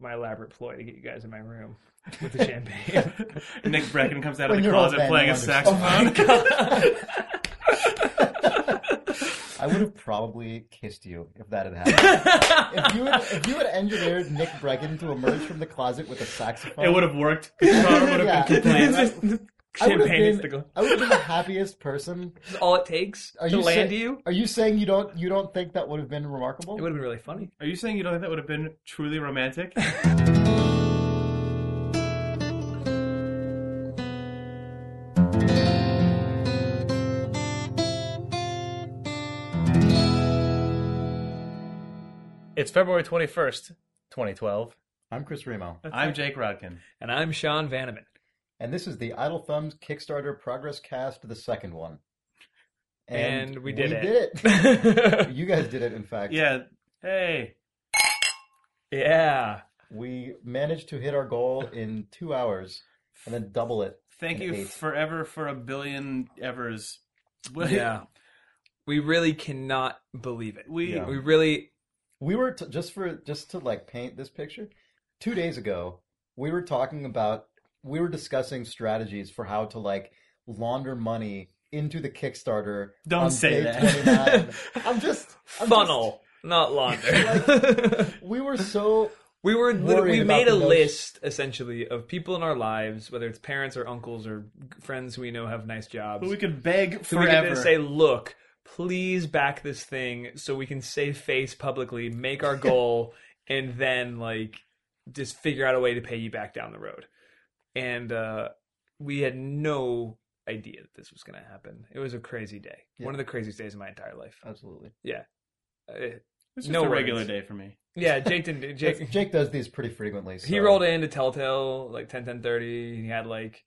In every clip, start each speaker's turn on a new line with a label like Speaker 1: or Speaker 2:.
Speaker 1: my elaborate ploy to get you guys in my room with the champagne.
Speaker 2: Nick Brecken comes out of
Speaker 3: When
Speaker 2: the
Speaker 3: you're old,
Speaker 2: closet
Speaker 3: Ben,
Speaker 2: playing a
Speaker 3: you'll understand.
Speaker 2: saxophone.
Speaker 1: Oh
Speaker 3: I would have probably kissed you if that had happened. if, you had, if you had engineered Nick Bregan to emerge from the closet with a saxophone,
Speaker 2: it would have worked. His father would have
Speaker 3: Yeah.
Speaker 2: been complaining.
Speaker 3: It's I would have
Speaker 1: champagne is
Speaker 3: been-
Speaker 1: the goal.
Speaker 3: I would have been the happiest person.
Speaker 1: This is all it takes
Speaker 3: Are
Speaker 1: to
Speaker 3: you
Speaker 1: land
Speaker 3: say-
Speaker 1: you.
Speaker 3: Are you saying you don't you don't think that would have been remarkable?
Speaker 1: It would have been really funny.
Speaker 2: Are you saying you don't think that would have been truly romantic?
Speaker 4: It's February 21st, 2012.
Speaker 3: I'm Chris Remo,
Speaker 1: Uh.
Speaker 2: I'm Jake Rodkin.
Speaker 1: And I'm Sean Vanneman.
Speaker 3: and this is the Idle Thumbs Kickstarter Progress Cast, the second one.
Speaker 1: And we did it.
Speaker 3: did it. you guys did it, in fact.
Speaker 2: Yeah. Hey.
Speaker 1: yeah.
Speaker 3: We managed to hit our goal in two hours, and then double it.
Speaker 2: Thank
Speaker 3: And
Speaker 2: you
Speaker 3: eight.
Speaker 2: forever for a billion evers. What-
Speaker 1: Yeah. We really cannot believe it.
Speaker 2: We
Speaker 3: Yeah.
Speaker 1: We really
Speaker 3: we were t- just for just to like paint this picture two days ago we were talking about we were discussing strategies for how to like launder money into the kickstarter
Speaker 2: Don't
Speaker 3: on
Speaker 2: say
Speaker 3: day
Speaker 2: that.
Speaker 3: 29. i'm just I'm
Speaker 1: funnel, not launder.
Speaker 3: just- we were so
Speaker 1: we were lit-
Speaker 3: worried
Speaker 1: we
Speaker 3: about
Speaker 1: made
Speaker 3: the
Speaker 1: a
Speaker 3: notion-
Speaker 1: list essentially of people in our lives, whether it's parents or uncles or friends who we know have nice jobs.
Speaker 2: But we could beg
Speaker 1: so we could
Speaker 2: forever.
Speaker 1: then say, "Look, please back this thing so we can save face publicly, make our goal, and then like just figure out a way to pay you back down the road." And uh, we had no idea that this was going to happen. It was a crazy day,
Speaker 3: Yeah.
Speaker 1: one of the craziest days of my entire life.
Speaker 3: absolutely
Speaker 1: Uh,
Speaker 2: it's just
Speaker 1: no
Speaker 2: a regular
Speaker 1: words.
Speaker 2: day for me.
Speaker 1: yeah, Jake didn't.
Speaker 3: jake,
Speaker 1: Jake,
Speaker 3: jake does these pretty frequently so
Speaker 1: he rolled into Telltale like 10, 10 30, and he had like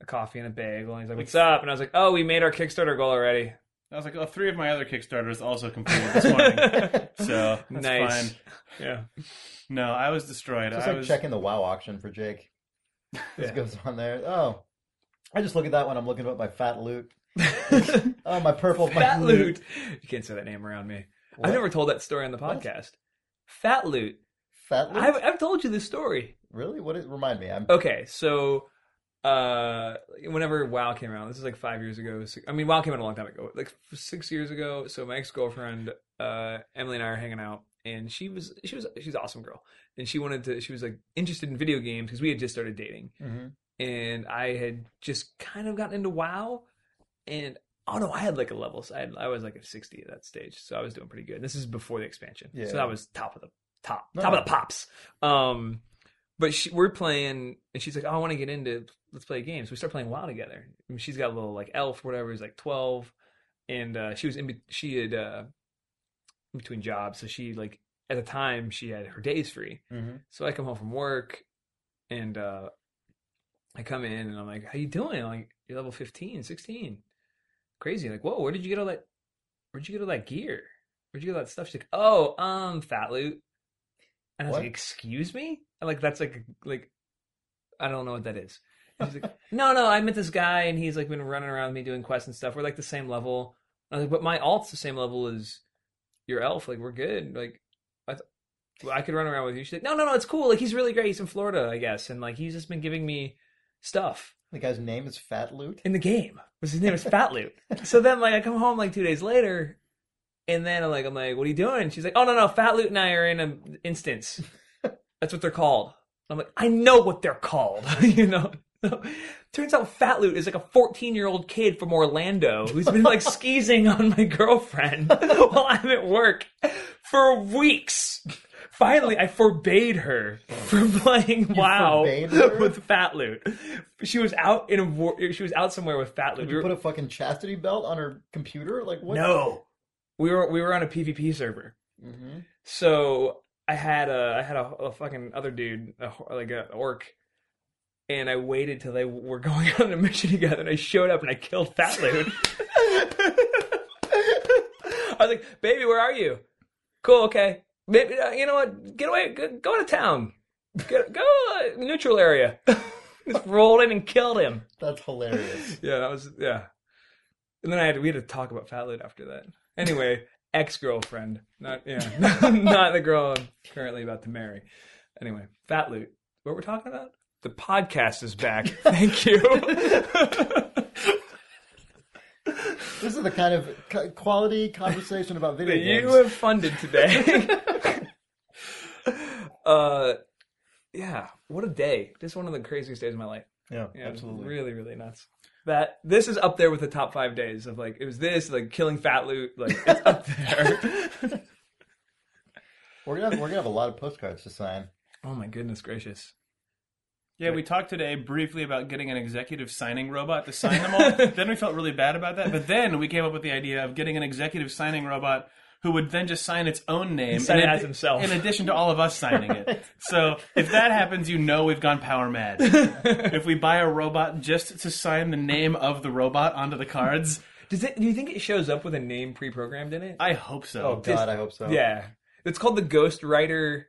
Speaker 1: a coffee and a bagel, and he's like, "What's up?" And I was like, "Oh, we made our Kickstarter goal already."
Speaker 2: I was like, oh, three of my other Kickstarters also completed this morning. so that's
Speaker 1: nice.
Speaker 2: fine.
Speaker 1: Yeah.
Speaker 2: No, I was destroyed.
Speaker 3: just
Speaker 2: I
Speaker 3: like
Speaker 2: was
Speaker 3: checking the wow auction for jake this
Speaker 1: Yeah.
Speaker 3: goes on there oh i just look at that when i'm looking at my fat loot oh my purple
Speaker 1: Fat
Speaker 3: my
Speaker 1: Loot. You can't say that name around me.
Speaker 3: What?
Speaker 1: I've never told that story on the
Speaker 3: What?
Speaker 1: podcast. Fat Loot.
Speaker 3: fat loot
Speaker 1: I've, I've told you this story.
Speaker 3: really what it remind me i'm
Speaker 1: Okay, so uh whenever wow came out this is like five years ago six, i mean wow came out a long time ago like six years ago so my ex-girlfriend uh emily and i are hanging out and she was she was she's an awesome girl and she wanted to she was like interested in video games because we had just started dating
Speaker 3: Mhm.
Speaker 1: and I had just kind of gotten into WoW, and oh no, I had like a level. So I, had, I was like a sixty at that stage, so I was doing pretty good. This is before the expansion,
Speaker 3: Yeah.
Speaker 1: so that was top of the top,
Speaker 3: No.
Speaker 1: top of the pops. Um, but she, we're playing, and she's like, "Oh, "I want to get into let's play games." So we start playing WoW together. And she's got a little like elf, or whatever. He's like twelve, and uh, she was in. be- She had uh, in between jobs, so she like at the time she had her days free.
Speaker 3: Mhm.
Speaker 1: So I come home from work, and uh, I come in and I'm like, "How you doing?" I'm like, "You're level 15, 16. crazy." Like, whoa, where did you get all that? Where'd you get all that gear? Where'd you get all that stuff? She's like, "Oh, um, fat loot." And I was
Speaker 3: What?
Speaker 1: like, "Excuse me?" And like that's like like I don't know what that is. And she's like, "No, no, I met this guy and he's like been running around with me doing quests and stuff. We're like the same level." And I was like, "But my alt's the same level as your elf. Like we're good. Like." I th- well, I could run around with you. She's like, no, no, no, it's cool. Like he's really great. He's in Florida, I guess, and like he's just been giving me stuff
Speaker 3: The guy's name is Fat Loot.
Speaker 1: in the game. Was his name is Fat Loot. so then like I come home like two days later, and then I'm like I'm like, what are you doing? She's like, oh no no, Fat Loot and I are in an instance. That's what they're called. I'm like, I know what they're called. you know. Turns out Fat Loot is like a 14 year old kid from Orlando who's been like skeezing on my girlfriend while I'm at work for weeks. Finally, I forbade her from playing Wow
Speaker 3: forbade her?
Speaker 1: with Fat Loot. She was out in a war- she was out somewhere with Fat Loot.
Speaker 3: Did you put a fucking chastity belt on her computer? Like what?
Speaker 1: no, we were we were on a PvP server.
Speaker 3: hmm
Speaker 1: So I had a I had a, a fucking other dude, a, ho- like a orc, and I waited till they were going on a mission together, and I showed up and I killed Fat Loot. I was like, "Baby, where are you? Cool, okay. Maybe uh, you know what? Get away, go, go out of town, Get, go uh, neutral area." Just rolled in and killed him.
Speaker 3: That's hilarious.
Speaker 1: Yeah, that was yeah. And then I had we had to talk about Fat Lid after that. Anyway, ex girlfriend, not yeah, not the girl I'm currently about to marry. Anyway, Fat Loot. What we're talking about? The podcast is back. Thank you.
Speaker 3: This is the kind of c- quality conversation about video
Speaker 1: that you
Speaker 3: games.
Speaker 1: have funded today. uh, yeah, what a day! Just one of the craziest days of my life.
Speaker 3: yeah,
Speaker 1: Yeah,
Speaker 3: absolutely.
Speaker 1: really, really nuts. That this is up there with the top five days of like it was this like killing Fat Loot like it's up there.
Speaker 3: We're gonna have, we're gonna have a lot of postcards to sign.
Speaker 1: oh my goodness gracious!
Speaker 2: Yeah, we talked today briefly about getting an executive signing robot to sign them all. then we felt really bad about that. But then we came up with the idea of getting an executive signing robot who would then just sign its own name
Speaker 1: sign
Speaker 2: in
Speaker 1: it as himself.
Speaker 2: in addition to all of us signing it. So if that happens, you know we've gone power mad. if we buy a robot just to sign the name of the robot onto the cards,
Speaker 1: Does it? Do you think it shows up with a name pre-programmed in it?
Speaker 2: I hope
Speaker 3: Oh
Speaker 2: so.
Speaker 3: God, I hope so.
Speaker 1: yeah, it's called the Ghost Rider.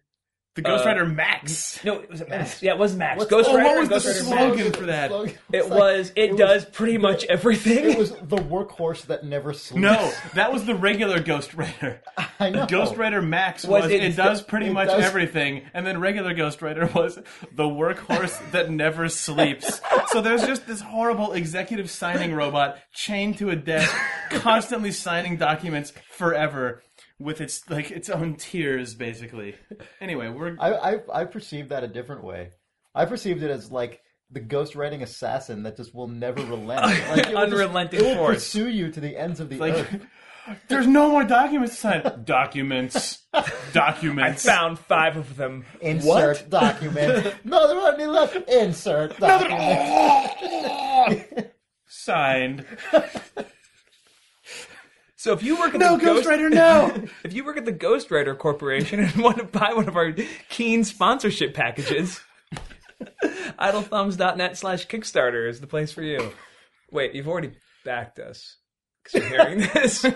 Speaker 2: the Ghost
Speaker 1: uh,
Speaker 2: Rider Max.
Speaker 1: No, was it Max? Yeah, it was Max.
Speaker 3: What's-
Speaker 1: Ghost
Speaker 3: oh, what
Speaker 1: Rider.
Speaker 2: was the
Speaker 1: Ghost Rider
Speaker 2: slogan?
Speaker 1: Max.
Speaker 2: Slogan for that.
Speaker 1: It
Speaker 3: Slogan. It's like-
Speaker 1: was. It,
Speaker 3: was-
Speaker 1: does pretty much everything.
Speaker 3: It was the workhorse that never sleeps.
Speaker 2: No, that was the regular Ghost Rider.
Speaker 3: I know.
Speaker 2: Ghost Rider Max
Speaker 1: Was
Speaker 2: was,
Speaker 1: it-
Speaker 2: it, does pretty
Speaker 3: it
Speaker 2: much
Speaker 3: does-
Speaker 2: everything, and then regular Ghost Rider was the workhorse that never sleeps. So there's just this horrible executive signing robot chained to a desk, constantly signing documents forever with its like its own tears, basically. Anyway, we're
Speaker 3: I, I I perceived that a different way. I perceived it as like the ghostwriting assassin that just will never relent. Like, it will just-
Speaker 1: Unrelenting
Speaker 3: it will
Speaker 1: force.
Speaker 3: pursue you to the ends of the
Speaker 2: like,
Speaker 3: earth.
Speaker 2: there's no more documents to sign. Documents, documents.
Speaker 1: Found five of them.
Speaker 3: Insert document. no, there aren't any left. Insert document.
Speaker 2: Signed.
Speaker 1: So if you work at
Speaker 2: No,
Speaker 1: the
Speaker 2: Ghost Rider, no.
Speaker 1: if you work at the Ghost Rider Corporation and want to buy one of our keen sponsorship packages, idlethumbs.net slash Kickstarter is the place for you. Wait, you've already backed us because you're hearing this.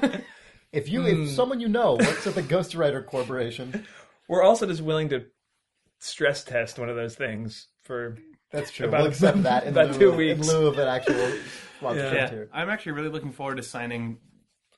Speaker 3: If you,
Speaker 1: Hmm.
Speaker 3: if someone you know works at the Ghostwriter Corporation,
Speaker 1: We're also just willing to stress test one of those things for
Speaker 3: that's true.
Speaker 1: About-
Speaker 3: we'll accept that in,
Speaker 1: about
Speaker 3: lieu,
Speaker 1: two
Speaker 3: of-
Speaker 1: weeks.
Speaker 3: in lieu of an actual sponsorship
Speaker 1: Yeah.
Speaker 3: tier.
Speaker 2: I'm actually really looking forward to signing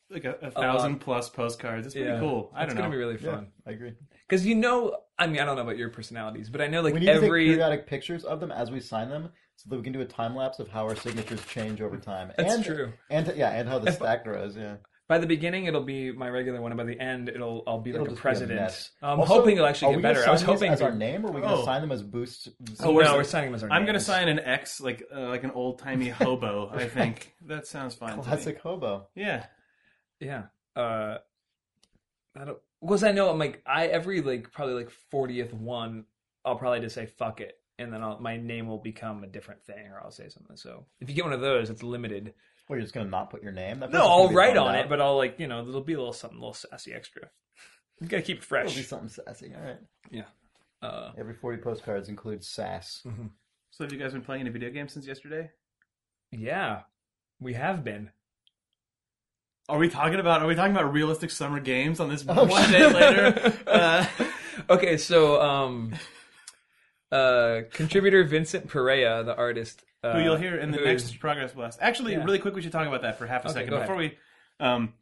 Speaker 2: like a, a thousand plus postcards. It's pretty
Speaker 1: Yeah.
Speaker 2: cool. I
Speaker 1: it's
Speaker 2: don't
Speaker 1: gonna be
Speaker 2: know.
Speaker 1: really
Speaker 3: Yeah,
Speaker 1: fun
Speaker 3: I agree.
Speaker 1: because you know, I mean, I don't know about your personalities, but I know
Speaker 3: We
Speaker 1: like
Speaker 3: need to take
Speaker 1: every
Speaker 3: periodic pictures of them as we sign them, so that we can do a time lapse of how our signatures change over time.
Speaker 1: That's
Speaker 3: and,
Speaker 1: true.
Speaker 3: And yeah, and how the stack grows. Yeah.
Speaker 1: by the beginning it'll be my regular one, and by the end it'll I'll be
Speaker 3: It'll
Speaker 1: like a
Speaker 3: just be a
Speaker 1: president.
Speaker 3: mess.
Speaker 1: I'm
Speaker 3: Also,
Speaker 1: hoping it'll
Speaker 3: are
Speaker 1: actually
Speaker 3: we
Speaker 1: get
Speaker 3: gonna
Speaker 1: better. I
Speaker 3: sign
Speaker 1: was
Speaker 3: these
Speaker 1: hoping
Speaker 3: as our
Speaker 1: for-
Speaker 3: name, or are we going to
Speaker 2: Oh.
Speaker 3: sign them as boost?
Speaker 1: Oh,
Speaker 2: we're-
Speaker 1: no, we're signing them as our
Speaker 2: I'm gonna
Speaker 1: names.
Speaker 2: sign an X like uh, like an old timey hobo. I think that sounds fine. to me.
Speaker 3: classic hobo.
Speaker 2: Yeah.
Speaker 1: Yeah. Uh, I don't. Because I know I'm like I every like probably like fortieth one, I'll probably just say fuck it, and then I'll, my name will become a different thing, or I'll say something. So if you get one of those, it's limited.
Speaker 3: Well, you're just going to not put your name. That
Speaker 1: No,
Speaker 3: person's
Speaker 1: I'll
Speaker 3: gonna be
Speaker 1: write
Speaker 3: bummed
Speaker 1: on
Speaker 3: out.
Speaker 1: it, but I'll like you know there'll be a little something, a little sassy extra. You gotta keep it
Speaker 3: It'll be
Speaker 1: fresh.
Speaker 3: something sassy. All right.
Speaker 1: Yeah. Uh,
Speaker 3: Every forty postcards includes sass.
Speaker 1: Mm-hmm.
Speaker 2: So have you guys been playing a video game since yesterday?
Speaker 1: yeah, we have been.
Speaker 2: Are we talking about Are we talking about realistic summer games on this
Speaker 3: Oh,
Speaker 2: one day later? Uh,
Speaker 1: okay, so um, uh, contributor Vincent Perea, the artist, uh,
Speaker 2: who you'll hear in the
Speaker 1: who
Speaker 2: next
Speaker 1: is-
Speaker 2: progress blast. Actually,
Speaker 1: Yeah.
Speaker 2: really quick, we should talk about that for half a
Speaker 1: Okay,
Speaker 2: second
Speaker 1: go
Speaker 2: before we. Um,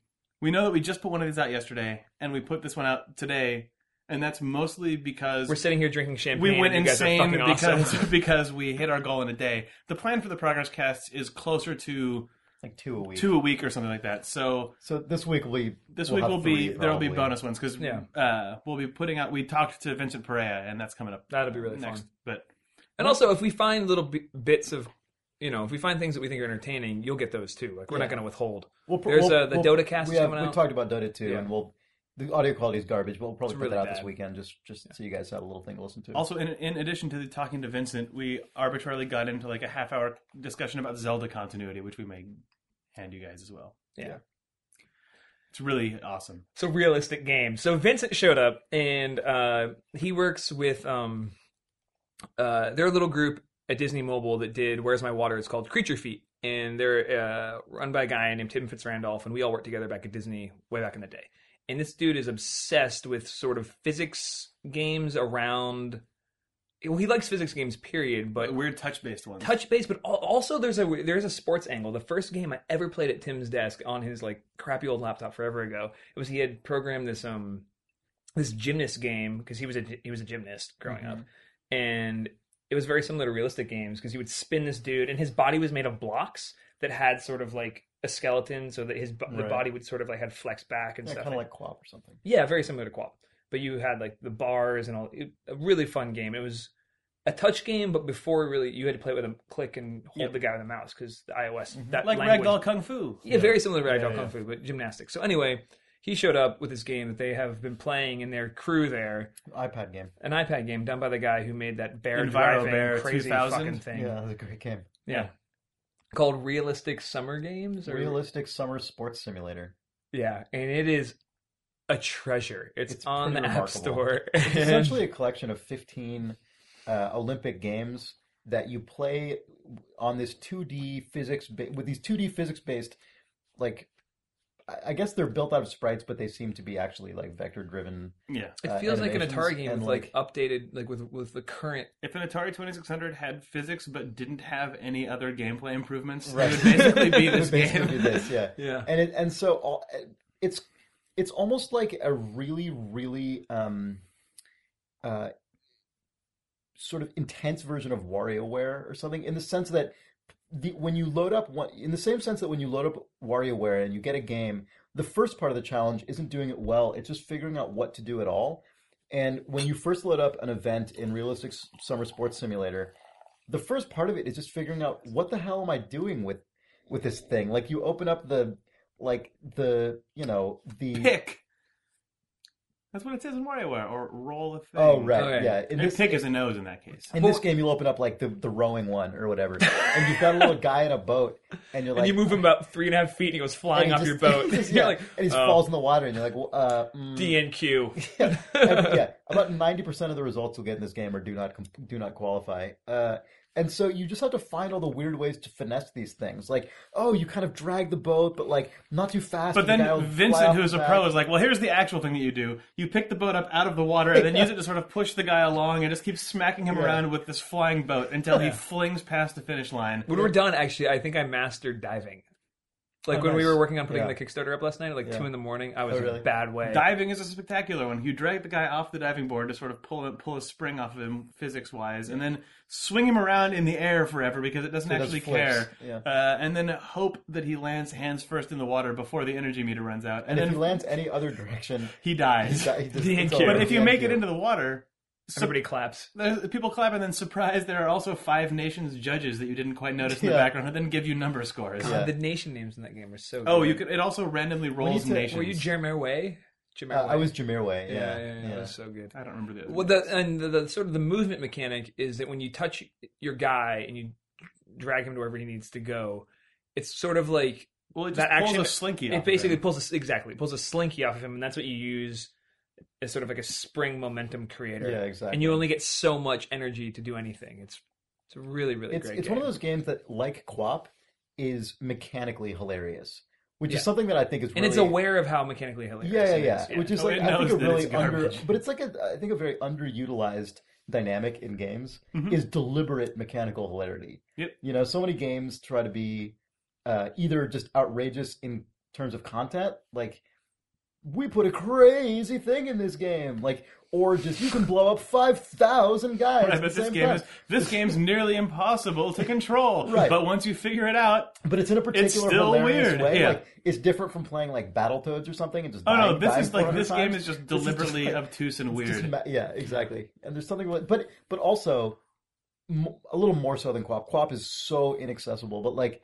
Speaker 2: we know that we just put one of these out yesterday, and we put this one out today, and that's mostly because
Speaker 1: We're sitting here drinking champagne.
Speaker 2: we went
Speaker 1: and you guys are
Speaker 2: insane
Speaker 1: fucking
Speaker 2: because
Speaker 1: awesome.
Speaker 2: because we hit our goal in a day. The plan for the progress cast is closer to
Speaker 3: Like two a week.
Speaker 2: two a week or something like that. So
Speaker 3: So this week will be.
Speaker 2: this
Speaker 3: we'll
Speaker 2: week
Speaker 3: have
Speaker 2: will be
Speaker 3: three,
Speaker 2: there will be
Speaker 3: probably.
Speaker 2: bonus ones because
Speaker 1: Yeah.
Speaker 2: uh, we'll be putting out. We talked to Vincent Perea, and that's coming up.
Speaker 1: That'll be really
Speaker 2: next.
Speaker 1: fun.
Speaker 2: But
Speaker 1: And also, if we find little b- bits of, you know, if we find things that we think are entertaining, you'll get those too. Like we're not
Speaker 3: Yeah.
Speaker 1: going to withhold.
Speaker 3: We'll, pr-
Speaker 1: There's,
Speaker 3: we'll-
Speaker 1: uh, the
Speaker 3: we'll-
Speaker 1: Dota cast
Speaker 3: we
Speaker 1: is
Speaker 3: have-
Speaker 1: coming
Speaker 3: We
Speaker 1: out.
Speaker 3: talked about Dota too,
Speaker 1: Yeah.
Speaker 3: and we'll. The audio quality is garbage, but we'll probably
Speaker 1: It's
Speaker 3: put
Speaker 1: really
Speaker 3: that out this
Speaker 1: bad.
Speaker 3: weekend just just so you guys have a little thing to listen to.
Speaker 2: also, in, in addition to the talking to Vincent, we arbitrarily got into like a half hour discussion about Zelda continuity, which we may hand you guys as well.
Speaker 1: Yeah.
Speaker 2: It's really awesome.
Speaker 1: So realistic game. So Vincent showed up, and uh, he works with um, uh, their little group at Disney Mobile that did "Where's My Water." It's called Creature Feet, and they're uh, run by a guy named Tim Fitzrandolph, and we all worked together back at Disney way back in the day. And this dude is obsessed with sort of physics games around. Well, he likes physics games, period. But
Speaker 2: Weird touch based ones.
Speaker 1: touch base, but al- also there's a there's a sports angle. The first game I ever played at Tim's desk on his like crappy old laptop forever ago, it was he had programmed this um this gymnast game because he was a he was a gymnast growing up,
Speaker 3: Mhm.
Speaker 1: and it was very similar to realistic games because you would spin this dude and his body was made of blocks that had sort of like a skeleton so that his bo- the
Speaker 2: Right.
Speaker 1: body would sort of like had flex back and
Speaker 3: Yeah,
Speaker 1: stuff.
Speaker 3: kind of like Quap or something.
Speaker 1: Yeah, very similar to Quap. But you had like the bars and all. It, a really fun game. It was a touch game, but before really, you had to play with a click and hold
Speaker 2: Yep. Mm-hmm.
Speaker 1: the guy with a mouse because the iOS that
Speaker 2: Like
Speaker 1: language,
Speaker 2: ragdoll kung fu.
Speaker 1: Yeah, very similar to ragdoll
Speaker 2: Yeah, yeah.
Speaker 1: kung fu, but gymnastics. So anyway, he showed up with this game that they have been playing in their crew there,
Speaker 3: iPad game.
Speaker 1: an iPad game done by the guy who made that bear
Speaker 2: Enviro
Speaker 1: driving
Speaker 2: Bear
Speaker 1: crazy
Speaker 2: 2000.
Speaker 1: fucking thing.
Speaker 3: Yeah, that was a great game.
Speaker 1: Yeah. Called realistic summer games or
Speaker 3: Realistic summer sports simulator.
Speaker 1: yeah, and it is a treasure. It's,
Speaker 3: It's
Speaker 1: on the
Speaker 3: pretty
Speaker 1: App
Speaker 3: remarkable.
Speaker 1: Store.
Speaker 3: It's essentially a collection of 15 uh, Olympic games that you play on this 2D physics ba- with these 2D physics based like I- I guess they're built out of sprites, but they seem to be actually like vector driven.
Speaker 2: Yeah.
Speaker 1: It
Speaker 3: uh,
Speaker 1: feels like an
Speaker 3: animations
Speaker 1: Atari game
Speaker 3: and,
Speaker 1: with like, updated like with with the current.
Speaker 2: If an Atari 2600 had physics but didn't have any other gameplay improvements,
Speaker 3: Right.
Speaker 2: it would basically be
Speaker 3: It would
Speaker 2: this
Speaker 3: basically
Speaker 2: game.
Speaker 3: be this, yeah.
Speaker 1: Yeah.
Speaker 3: and it and so all, it's it's almost like a really really um uh sort of intense version of WarioWare or something in the sense that the when you load up one in the same sense that when you load up WarioWare and you get a game the first part of the challenge isn't doing it well it's just figuring out what to do at all and when you first load up an event in realistic S- summer sports simulator the first part of it is just figuring out what the hell am I doing with with this thing like you open up the like the you know the
Speaker 2: Pick. That's what it says in WarioWare, or roll a thing.
Speaker 3: oh right
Speaker 1: Okay.
Speaker 3: yeah in
Speaker 2: And
Speaker 3: this
Speaker 2: pick is a nose in that case.
Speaker 3: in this game you'll open up like the the rowing one or whatever and you've got a little guy in a boat and you're like
Speaker 1: and you move him about three and a half feet, and he goes flying
Speaker 3: and
Speaker 1: off
Speaker 3: he
Speaker 1: your
Speaker 3: just-
Speaker 1: boat.
Speaker 3: he just-
Speaker 1: You're
Speaker 3: yeah,
Speaker 1: like,
Speaker 3: and he
Speaker 1: oh,
Speaker 3: falls in the water and you're like well, uh mm.
Speaker 1: DNQ.
Speaker 3: yeah, Every- yeah, about ninety percent of the results you'll get in this game are do not com- do not qualify. Uh, and so you just have to find all the weird ways to finesse these things. Like, oh, you kind of drag the boat, but like not too fast.
Speaker 2: But
Speaker 3: and the guy will
Speaker 2: then
Speaker 3: fly
Speaker 2: Vincent,
Speaker 3: off
Speaker 2: who's
Speaker 3: the
Speaker 2: a
Speaker 3: back.
Speaker 2: pro, is like, well, here's the actual thing that you do. You pick the boat up out of the water and then use it to sort of push the guy along and just keep smacking him
Speaker 3: Yeah.
Speaker 2: around with this flying boat until he flings past the finish line.
Speaker 1: When we're done, actually, I think I mastered diving. Like
Speaker 3: Oh,
Speaker 1: when we
Speaker 3: nice.
Speaker 1: were working on putting
Speaker 3: Yeah.
Speaker 1: the Kickstarter up last night, at like
Speaker 3: Yeah.
Speaker 1: two in the morning, I was
Speaker 3: Oh,
Speaker 1: in a
Speaker 3: really?
Speaker 1: bad way.
Speaker 2: Diving is a spectacular one. You drag the guy off the diving board to sort of pull pull a spring off of him physics wise, and then swing him around in the air forever because it doesn't
Speaker 3: It does
Speaker 2: actually
Speaker 3: flips,
Speaker 2: care.
Speaker 3: yeah.
Speaker 2: Uh, and then hope that he lands hands first in the water before the energy meter runs out, and,
Speaker 3: And if he
Speaker 2: then
Speaker 3: lands any other direction,
Speaker 2: he dies.
Speaker 3: he's got- he just-
Speaker 1: DNQ.
Speaker 3: it's over.
Speaker 2: But if you make it
Speaker 3: DNQ.
Speaker 2: into the water, so-
Speaker 1: Everybody claps.
Speaker 2: there's- people clap and then surprise there are also five nations judges that you didn't quite notice in the
Speaker 3: Yeah.
Speaker 2: background, and then give you number scores.
Speaker 3: Yeah.
Speaker 1: The nation names in that game are so.
Speaker 2: Oh,
Speaker 1: good.
Speaker 2: you could. It also randomly rolls
Speaker 3: you say-
Speaker 2: nations.
Speaker 1: Were you Jermerway? Jermerway.
Speaker 3: Uh, I was Jamirway.
Speaker 1: Yeah, yeah,
Speaker 3: Yeah,
Speaker 1: yeah, that was so good.
Speaker 2: I don't remember the. Other
Speaker 1: Well, the and the, the sort of the movement mechanic is that when you touch your guy and you drag him to wherever he needs to go, it's sort of like
Speaker 2: well, it just
Speaker 1: that
Speaker 2: pulls
Speaker 1: action-
Speaker 2: a slinky. off
Speaker 1: it
Speaker 2: of him.
Speaker 1: basically pulls a, s- exactly it pulls a slinky off of him, and that's what you use as sort of like a spring momentum creator.
Speaker 3: Yeah, exactly.
Speaker 1: And you only get so much energy to do anything. It's it's a really really
Speaker 3: it's
Speaker 1: great.
Speaker 3: it's
Speaker 1: game.
Speaker 3: one of those games that, like Quap, is mechanically hilarious, which
Speaker 1: Yeah.
Speaker 3: is something that I think is
Speaker 1: and it's
Speaker 3: really...
Speaker 1: aware of how mechanically hilarious.
Speaker 3: yeah,
Speaker 1: it
Speaker 3: yeah,
Speaker 1: is.
Speaker 3: yeah. Which is
Speaker 2: Oh,
Speaker 3: like
Speaker 2: it
Speaker 3: I think
Speaker 2: knows
Speaker 3: a
Speaker 2: that
Speaker 3: really
Speaker 2: it's
Speaker 3: under,
Speaker 2: garbage.
Speaker 3: but it's like a I think a very underutilized dynamic in games is deliberate mechanical hilarity.
Speaker 2: Mm-hmm. Yep.
Speaker 3: You know, so many games try to be uh, either just outrageous in terms of content, like we put a crazy thing in this game, like, or just you can blow up five thousand guys.
Speaker 2: Right,
Speaker 3: at the
Speaker 2: but this
Speaker 3: same
Speaker 2: game
Speaker 3: time.
Speaker 2: is this game's nearly impossible to control.
Speaker 3: Right.
Speaker 2: But once you figure it out,
Speaker 3: But it's in a particular
Speaker 2: still
Speaker 3: hilarious
Speaker 2: weird,
Speaker 3: way.
Speaker 2: yeah.
Speaker 3: Like it's different from playing like Battletoads or something and just
Speaker 2: oh no,
Speaker 3: dying-
Speaker 2: this
Speaker 3: dying
Speaker 2: is like
Speaker 3: 400
Speaker 2: this game
Speaker 3: times.
Speaker 2: is just
Speaker 3: This is
Speaker 2: deliberately
Speaker 3: like-
Speaker 2: obtuse and
Speaker 3: it's
Speaker 2: weird.
Speaker 3: just ma- yeah, exactly. And there's something like, but but also m- a little more so than Quap. Quap is so inaccessible, but like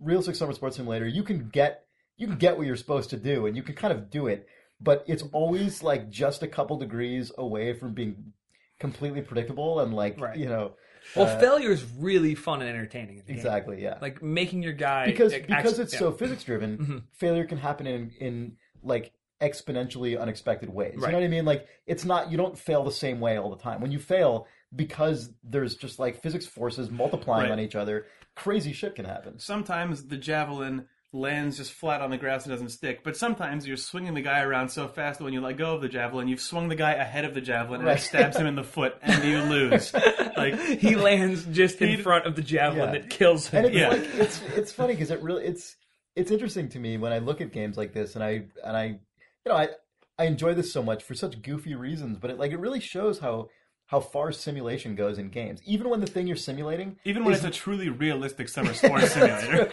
Speaker 3: Real Six Summer Sports Simulator, you can get you can get what you're supposed to do, and you can kind of do it, but it's always like just a couple degrees away from being completely predictable and like
Speaker 1: Right.
Speaker 3: you know
Speaker 1: Well,
Speaker 3: uh,
Speaker 1: failure is really fun and entertaining. in the game.
Speaker 3: exactly yeah
Speaker 1: Like making your guy
Speaker 3: because
Speaker 1: like,
Speaker 3: because
Speaker 1: act-
Speaker 3: it's
Speaker 1: yeah.
Speaker 3: so physics driven,
Speaker 1: Mhm.
Speaker 3: failure can happen in in like exponentially unexpected ways.
Speaker 1: Right.
Speaker 3: You know what I mean? Like it's not you don't fail the same way all the time. When you fail, because there's just like physics forces multiplying
Speaker 2: Right.
Speaker 3: on each other, crazy shit can happen.
Speaker 2: Sometimes the javelin lands just flat on the grass and doesn't stick, but sometimes you're swinging the guy around so fast that when you let go of the javelin, you've swung the guy ahead of the javelin and
Speaker 3: Right.
Speaker 2: it stabs him in the foot, and you lose. Like
Speaker 1: he lands just in front of the javelin
Speaker 3: Yeah.
Speaker 1: that kills him.
Speaker 3: And it's
Speaker 2: Yeah.
Speaker 3: like it's it's funny because it really it's it's interesting to me when I look at games like this and I and I you know I I enjoy this so much for such goofy reasons, but it like it really shows how how far simulation goes in games. Even when the thing you're simulating,
Speaker 2: Even when it's a truly realistic summer sports simulator.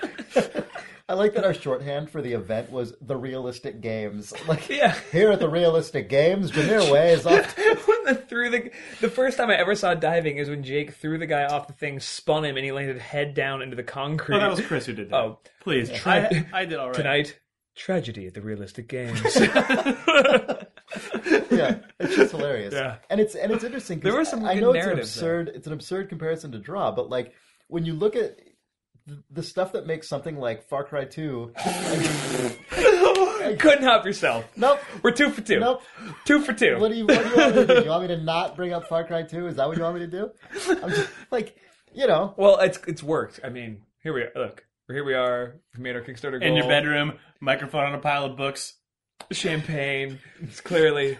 Speaker 3: I like that our shorthand for the event was the realistic games. Like
Speaker 1: Yeah.
Speaker 3: here at the realistic games, Jameer Way is off.
Speaker 1: when the threw the the first time I ever saw diving is when Jake threw the guy off the thing, spun him, and he landed head down into the concrete.
Speaker 2: Oh, that was Chris who did that.
Speaker 1: Oh.
Speaker 2: please. I, I did all right.
Speaker 1: Tonight, tragedy at the realistic games.
Speaker 3: Yeah, it's just hilarious.
Speaker 1: Yeah.
Speaker 3: and it's and it's interesting. 'cause
Speaker 1: There were some
Speaker 3: I, I
Speaker 1: good
Speaker 3: know it's an
Speaker 1: narratives, though.
Speaker 3: absurd. It's an absurd comparison to draw, but like when you look at th- the stuff that makes something like Far Cry Two,
Speaker 1: Couldn't help yourself.
Speaker 3: nope,
Speaker 1: We're two for two.
Speaker 3: nope.
Speaker 1: Two for two.
Speaker 3: What do you what do you want me to do? You want me to not bring up Far Cry Two? Is that what you want me to do? I'm just, like, you know,
Speaker 1: well, it's it's worked. I mean, here we are. Look, here we are. We made our Kickstarter goal.
Speaker 2: In your bedroom, microphone on a pile of books.
Speaker 1: Champagne. It's clearly.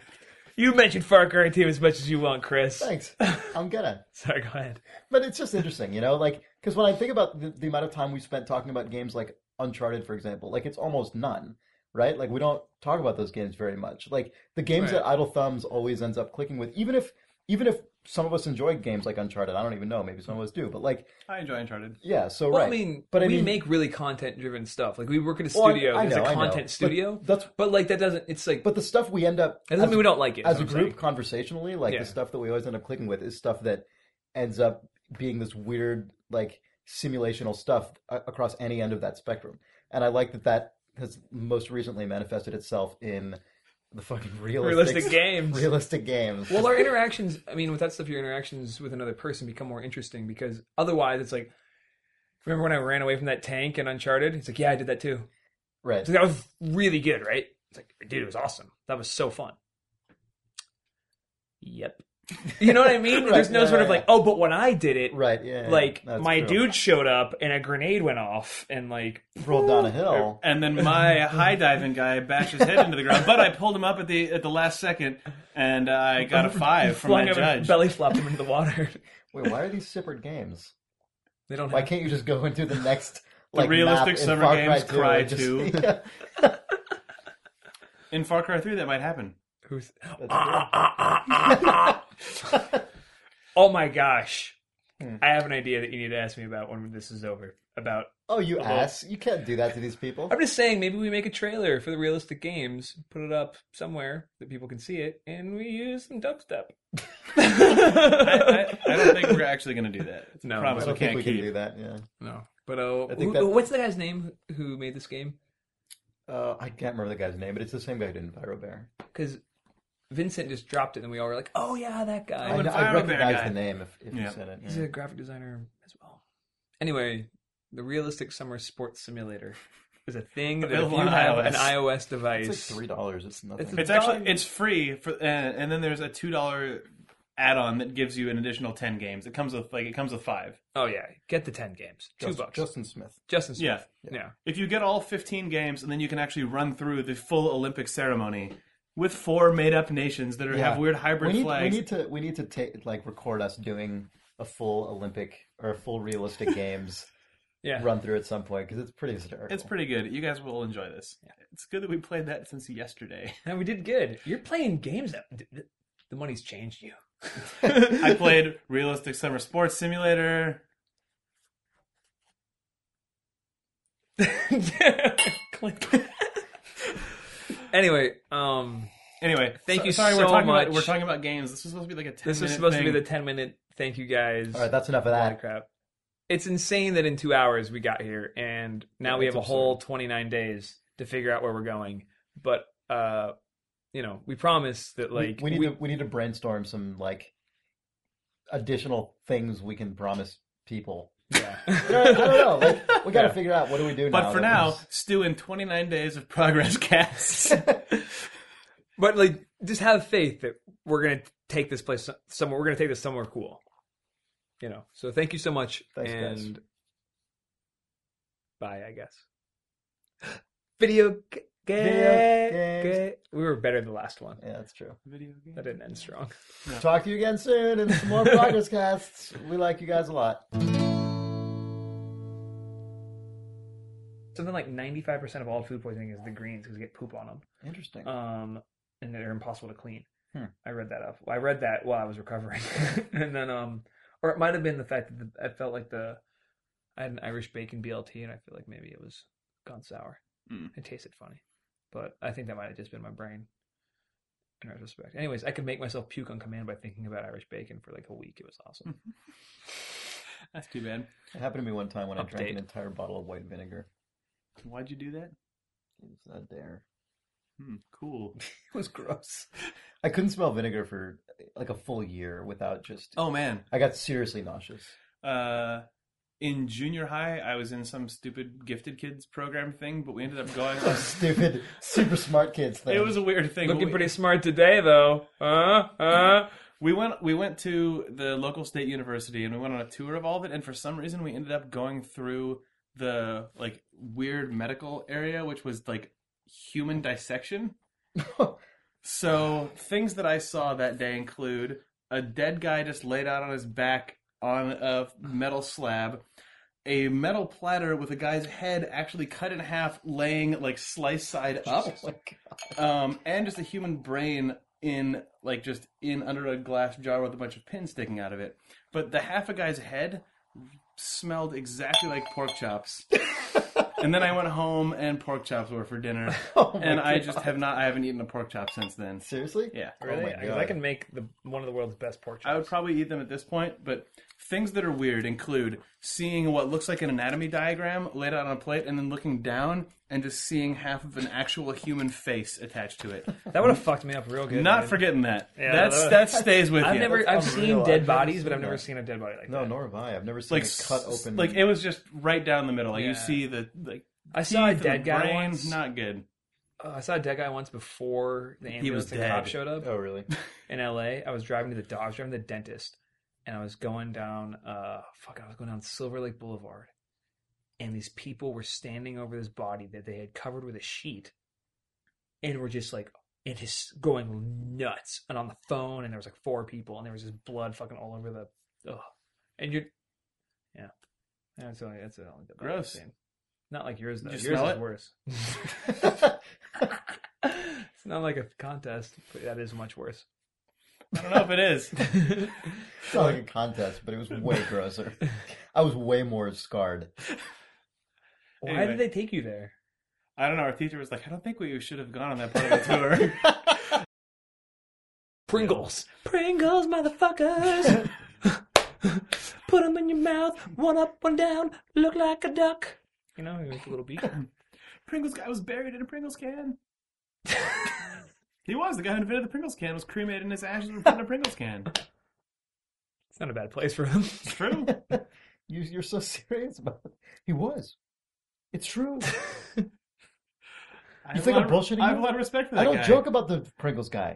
Speaker 1: You mentioned Far Cry 2 as much as you want, Chris.
Speaker 3: thanks. I'm gonna.
Speaker 1: Sorry, go ahead.
Speaker 3: but it's just interesting, you know, like because when I think about the, the amount of time we spent talking about games like Uncharted, for example, like it's almost none, right? Like we don't talk about those games very much. Like the games
Speaker 1: Right.
Speaker 3: that Idle Thumbs always ends up clicking with, even if even if some of us enjoy games like Uncharted, I don't even know, maybe some of us do, but like
Speaker 2: I enjoy Uncharted.
Speaker 3: yeah, so
Speaker 1: Well,
Speaker 3: right,
Speaker 1: I mean,
Speaker 3: but I
Speaker 1: we
Speaker 3: mean,
Speaker 1: make really content-driven stuff. Like we work at a
Speaker 3: Well, I-
Speaker 1: studio.
Speaker 3: I
Speaker 1: There's
Speaker 3: know,
Speaker 1: a
Speaker 3: I know.
Speaker 1: content
Speaker 3: But
Speaker 1: studio.
Speaker 3: that's-
Speaker 1: but like that doesn't. It's like
Speaker 3: but the stuff we end up
Speaker 1: that doesn't
Speaker 3: as-
Speaker 1: mean we don't like it. is
Speaker 3: as
Speaker 1: what
Speaker 3: a
Speaker 1: I'm
Speaker 3: group
Speaker 1: saying.
Speaker 3: conversationally like
Speaker 1: Yeah.
Speaker 3: the stuff that we always end up clicking with is stuff that ends up being this weird like simulational stuff a- across any end of that spectrum and i like that that has most recently manifested itself in the fucking realistic,
Speaker 1: realistic games.
Speaker 3: realistic games
Speaker 1: Well, our interactions, I mean, with that stuff, your interactions with another person become more interesting because otherwise it's like, remember when I ran away from that tank in Uncharted? It's like, yeah, I did that too.
Speaker 3: right
Speaker 1: It's like, that was really good, right? It's like, dude, it was awesome. That was so fun. Yep. You know what I mean?
Speaker 3: Right,
Speaker 1: There's no
Speaker 3: yeah,
Speaker 1: sort of
Speaker 3: yeah,
Speaker 1: like, oh, but when I did it,
Speaker 3: right yeah, yeah,
Speaker 1: like,
Speaker 3: that's
Speaker 1: my
Speaker 3: true.
Speaker 1: dude showed up and a grenade went off and like,
Speaker 3: rolled down a hill
Speaker 2: And then my high diving guy bashed his head into the ground, but I pulled him up at the at the last second, and I got a five from
Speaker 1: flung
Speaker 2: my
Speaker 1: him and
Speaker 2: judge.
Speaker 1: belly flopped him into the water.
Speaker 3: wait why are these separate games
Speaker 1: They don't
Speaker 3: why
Speaker 1: have
Speaker 3: can't you just go into the next like
Speaker 2: realistic
Speaker 3: map in
Speaker 2: summer
Speaker 3: Far
Speaker 2: games, Cry
Speaker 3: and just-
Speaker 2: 2.
Speaker 3: Yeah.
Speaker 2: In Far Cry Three, that might happen.
Speaker 1: Who's Ah, ah, ah, ah, ah. Oh my gosh.
Speaker 3: Hmm.
Speaker 1: I have an idea that you need to ask me about when this is over. About
Speaker 3: oh you ass you can't do that to these people
Speaker 1: I'm just saying maybe we make a trailer for the realistic games, put it up somewhere that people can see it, and we use some dubstep.
Speaker 2: I, I, I don't think we're actually going to do that. It's a
Speaker 1: No,
Speaker 2: promise
Speaker 3: I
Speaker 2: we
Speaker 3: don't think
Speaker 2: can't
Speaker 3: we
Speaker 2: keep.
Speaker 3: can do that. Yeah,
Speaker 1: no. But uh,
Speaker 3: I think
Speaker 1: who-
Speaker 3: that-
Speaker 1: what's the guy's name who made this game?
Speaker 3: uh, I can't remember the guy's name, but it's the same guy who did Enviro Bear.
Speaker 2: Oh,
Speaker 1: Because Vincent just dropped it, and we all were like, "Oh yeah, that guy."
Speaker 3: I,
Speaker 2: an
Speaker 3: kn-
Speaker 2: Enviro
Speaker 3: I
Speaker 2: Bear
Speaker 3: recognize
Speaker 2: guy.
Speaker 3: the name if, if
Speaker 2: Yeah.
Speaker 3: you said it.
Speaker 1: He's a graphic designer as well. Anyway, the realistic summer sports simulator is a thing that if you
Speaker 2: Available on
Speaker 1: have
Speaker 2: iOS.
Speaker 1: an iOS device,
Speaker 3: It's like three dollars. It's nothing.
Speaker 1: It's a-
Speaker 2: It's actually it's free for, and, and then there's a two dollar add-on that gives you an additional ten games. It comes with like it comes with five.
Speaker 1: oh yeah, get the ten games, two
Speaker 3: Just-
Speaker 1: bucks.
Speaker 3: Justin Smith.
Speaker 1: Justin Smith.
Speaker 2: Yeah.
Speaker 1: Yeah.
Speaker 2: If you get all fifteen games, and then you can actually run through the full Olympic ceremony with four made-up nations that are,
Speaker 3: Yeah.
Speaker 2: have weird hybrid
Speaker 3: We need, we
Speaker 2: flags.
Speaker 3: need to we need to take like record us doing a full Olympic or a full realistic games
Speaker 1: Yeah.
Speaker 3: run through at some point because it's pretty hysterical.
Speaker 2: It's pretty good. You guys will enjoy this. It's good that we played that since yesterday.
Speaker 1: And we did good. You're playing games that the, the money's changed you.
Speaker 2: I played Realistic Summer Sports Simulator.
Speaker 1: Click. anyway, um,
Speaker 2: Anyway,
Speaker 1: Thank you
Speaker 2: Sorry,
Speaker 1: so
Speaker 2: we're talking
Speaker 1: much.
Speaker 2: about we're talking about games. This was supposed to be like a ten.
Speaker 1: this was
Speaker 2: minute
Speaker 1: supposed to be
Speaker 2: thing.
Speaker 1: the ten minute thank you guys.
Speaker 3: All right, that's enough of that.
Speaker 1: crap. It's insane that in two hours we got here, and now
Speaker 3: Yeah,
Speaker 1: we have
Speaker 3: that's
Speaker 1: a whole 29 days to figure out where we're going. But uh, you know, we promise that
Speaker 3: We-
Speaker 1: like
Speaker 3: we, need to we need to brainstorm some like additional things we can promise people. I
Speaker 1: yeah.
Speaker 3: don't know. Like, we got to
Speaker 1: Yeah.
Speaker 3: figure out what do we do now.
Speaker 2: But for
Speaker 3: that
Speaker 2: now,
Speaker 3: was-
Speaker 2: Stu in 29 days of progress casts.
Speaker 1: but like just have faith that we're gonna take this place somewhere. We're gonna take this somewhere cool. You know. So thank you so much,
Speaker 3: Thanks, guys.
Speaker 1: and bye. I guess. Video g-
Speaker 3: Video
Speaker 1: ga-
Speaker 3: games.
Speaker 1: ga- We were better than the last one.
Speaker 3: yeah, that's true.
Speaker 2: Video game.
Speaker 1: That didn't end strong.
Speaker 3: Talk to you again soon and some more progress casts. We like you guys a lot.
Speaker 1: something like 95% of all food poisoning is the greens because you get poop on them.
Speaker 2: Uh,
Speaker 3: Interesting.
Speaker 1: Um, and they're impossible to clean.
Speaker 3: Hmm.
Speaker 1: I read that up. I read that while I was recovering, and then um, or it might have been the fact that the, I felt like the I had an Irish bacon BLT, and I feel like maybe it was gone sour.
Speaker 2: Hmm.
Speaker 1: It tasted funny, but I think that might have just been my brain. In retrospect, anyways, I could make myself puke on command by thinking about Irish bacon for like a week. It was awesome.
Speaker 2: That's too bad.
Speaker 3: It happened to me one time when I drank
Speaker 1: Update.
Speaker 3: an entire bottle of white vinegar.
Speaker 2: Why'd you do that?
Speaker 3: It was not there.
Speaker 2: Hmm, cool.
Speaker 3: It was gross. I couldn't smell vinegar for like a full year without just.
Speaker 2: Oh man.
Speaker 3: I got seriously nauseous.
Speaker 2: Uh, in junior high, I was in some stupid gifted kids program thing, but we ended up going.
Speaker 3: A stupid, super smart kids thing. Oh
Speaker 2: it was a weird thing. but
Speaker 1: Looking
Speaker 2: we,
Speaker 1: pretty smart today, though. Huh? Huh?
Speaker 2: we went we went to the local state university and we went on a tour of all of it, and for some reason we ended up going through the like weird medical area, which was like human dissection. So things that I saw that day include a dead guy just laid out on his back on a metal slab, a metal platter with a guy's head actually cut in half, laying like slice side up,
Speaker 3: Oh my God.
Speaker 2: um, and just a human brain in like just in under a glass jar with a bunch of pins sticking out of it. But the half a guy's head smelled exactly like pork chops. and then I went home and pork chops were for dinner.
Speaker 3: Oh my
Speaker 2: and I
Speaker 3: God.
Speaker 2: just have not I haven't eaten a pork chop since then.
Speaker 3: Seriously?
Speaker 2: Yeah.
Speaker 3: Oh my
Speaker 1: Really? 'Cause
Speaker 3: God.
Speaker 1: I can make the one of the world's best pork chops.
Speaker 2: I would probably eat them at this point, but things that are weird include seeing what looks like an anatomy diagram laid out on a plate and then looking down and just seeing half of an actual human face attached to it.
Speaker 1: that would have fucked me up real good.
Speaker 2: Not
Speaker 1: man.
Speaker 2: forgetting that.
Speaker 1: Yeah,
Speaker 2: That's
Speaker 1: that-
Speaker 2: that stays with
Speaker 1: I've
Speaker 2: you.
Speaker 1: never. I've
Speaker 3: That's unreal.
Speaker 1: seen
Speaker 3: I've
Speaker 1: dead
Speaker 3: never
Speaker 1: bodies,
Speaker 3: seen
Speaker 1: but I've never
Speaker 3: that.
Speaker 1: seen a dead body like
Speaker 3: No,
Speaker 1: that.
Speaker 3: nor have I. I've never seen
Speaker 2: like
Speaker 3: it cut open.
Speaker 2: Like it was just right down the middle. Like
Speaker 1: Yeah.
Speaker 2: you see the like
Speaker 1: I saw a
Speaker 2: teeth and
Speaker 1: dead
Speaker 2: the
Speaker 1: guy
Speaker 2: brain.
Speaker 1: once.
Speaker 2: Not good.
Speaker 1: Uh, I saw a dead guy once before the ambulance
Speaker 2: was
Speaker 1: and cop
Speaker 2: dead.
Speaker 1: showed up
Speaker 3: Oh, really?
Speaker 1: in L.A. I was driving to the dog. I was driving to the dentist, and I was going down. Uh, fuck, I was going down Silver Lake Boulevard, and these people were standing over this body that they had covered with a sheet, and were just like. And his going nuts, and on the phone, and there was like four people, and there was just blood fucking all over the, ugh. and you're, yeah, that's the only that's the only
Speaker 2: Gross.
Speaker 1: thing. Not like yours though.
Speaker 2: Did you
Speaker 1: yours
Speaker 2: smell
Speaker 1: is
Speaker 2: it?
Speaker 1: worse. it's not like a contest, but that is much worse.
Speaker 2: I don't know if it is.
Speaker 3: It's not like a contest, but it was way grosser. I was way more scarred.
Speaker 1: Why
Speaker 2: Anyway.
Speaker 1: did they take you there?
Speaker 2: I don't know. Our teacher was like, I don't think we should have gone on that part of the tour.
Speaker 1: Pringles. Pringles, motherfuckers. Put them in your mouth, one up, one down, look like a duck. You know, you make a little beak.
Speaker 2: Pringles guy was buried in a Pringles can. He was the guy who invented the Pringles can was cremated in his ashes and put in a Pringles can.
Speaker 1: It's not a bad place for him.
Speaker 2: It's true.
Speaker 3: You, you're so serious about it. He was. It's true.
Speaker 2: I
Speaker 3: You
Speaker 2: have
Speaker 3: think
Speaker 2: lot
Speaker 3: I'm
Speaker 2: of-
Speaker 3: bullshitting
Speaker 2: I have
Speaker 3: you?
Speaker 2: a lot of respect for that
Speaker 3: I don't
Speaker 2: guy.
Speaker 3: joke about the Pringles guy.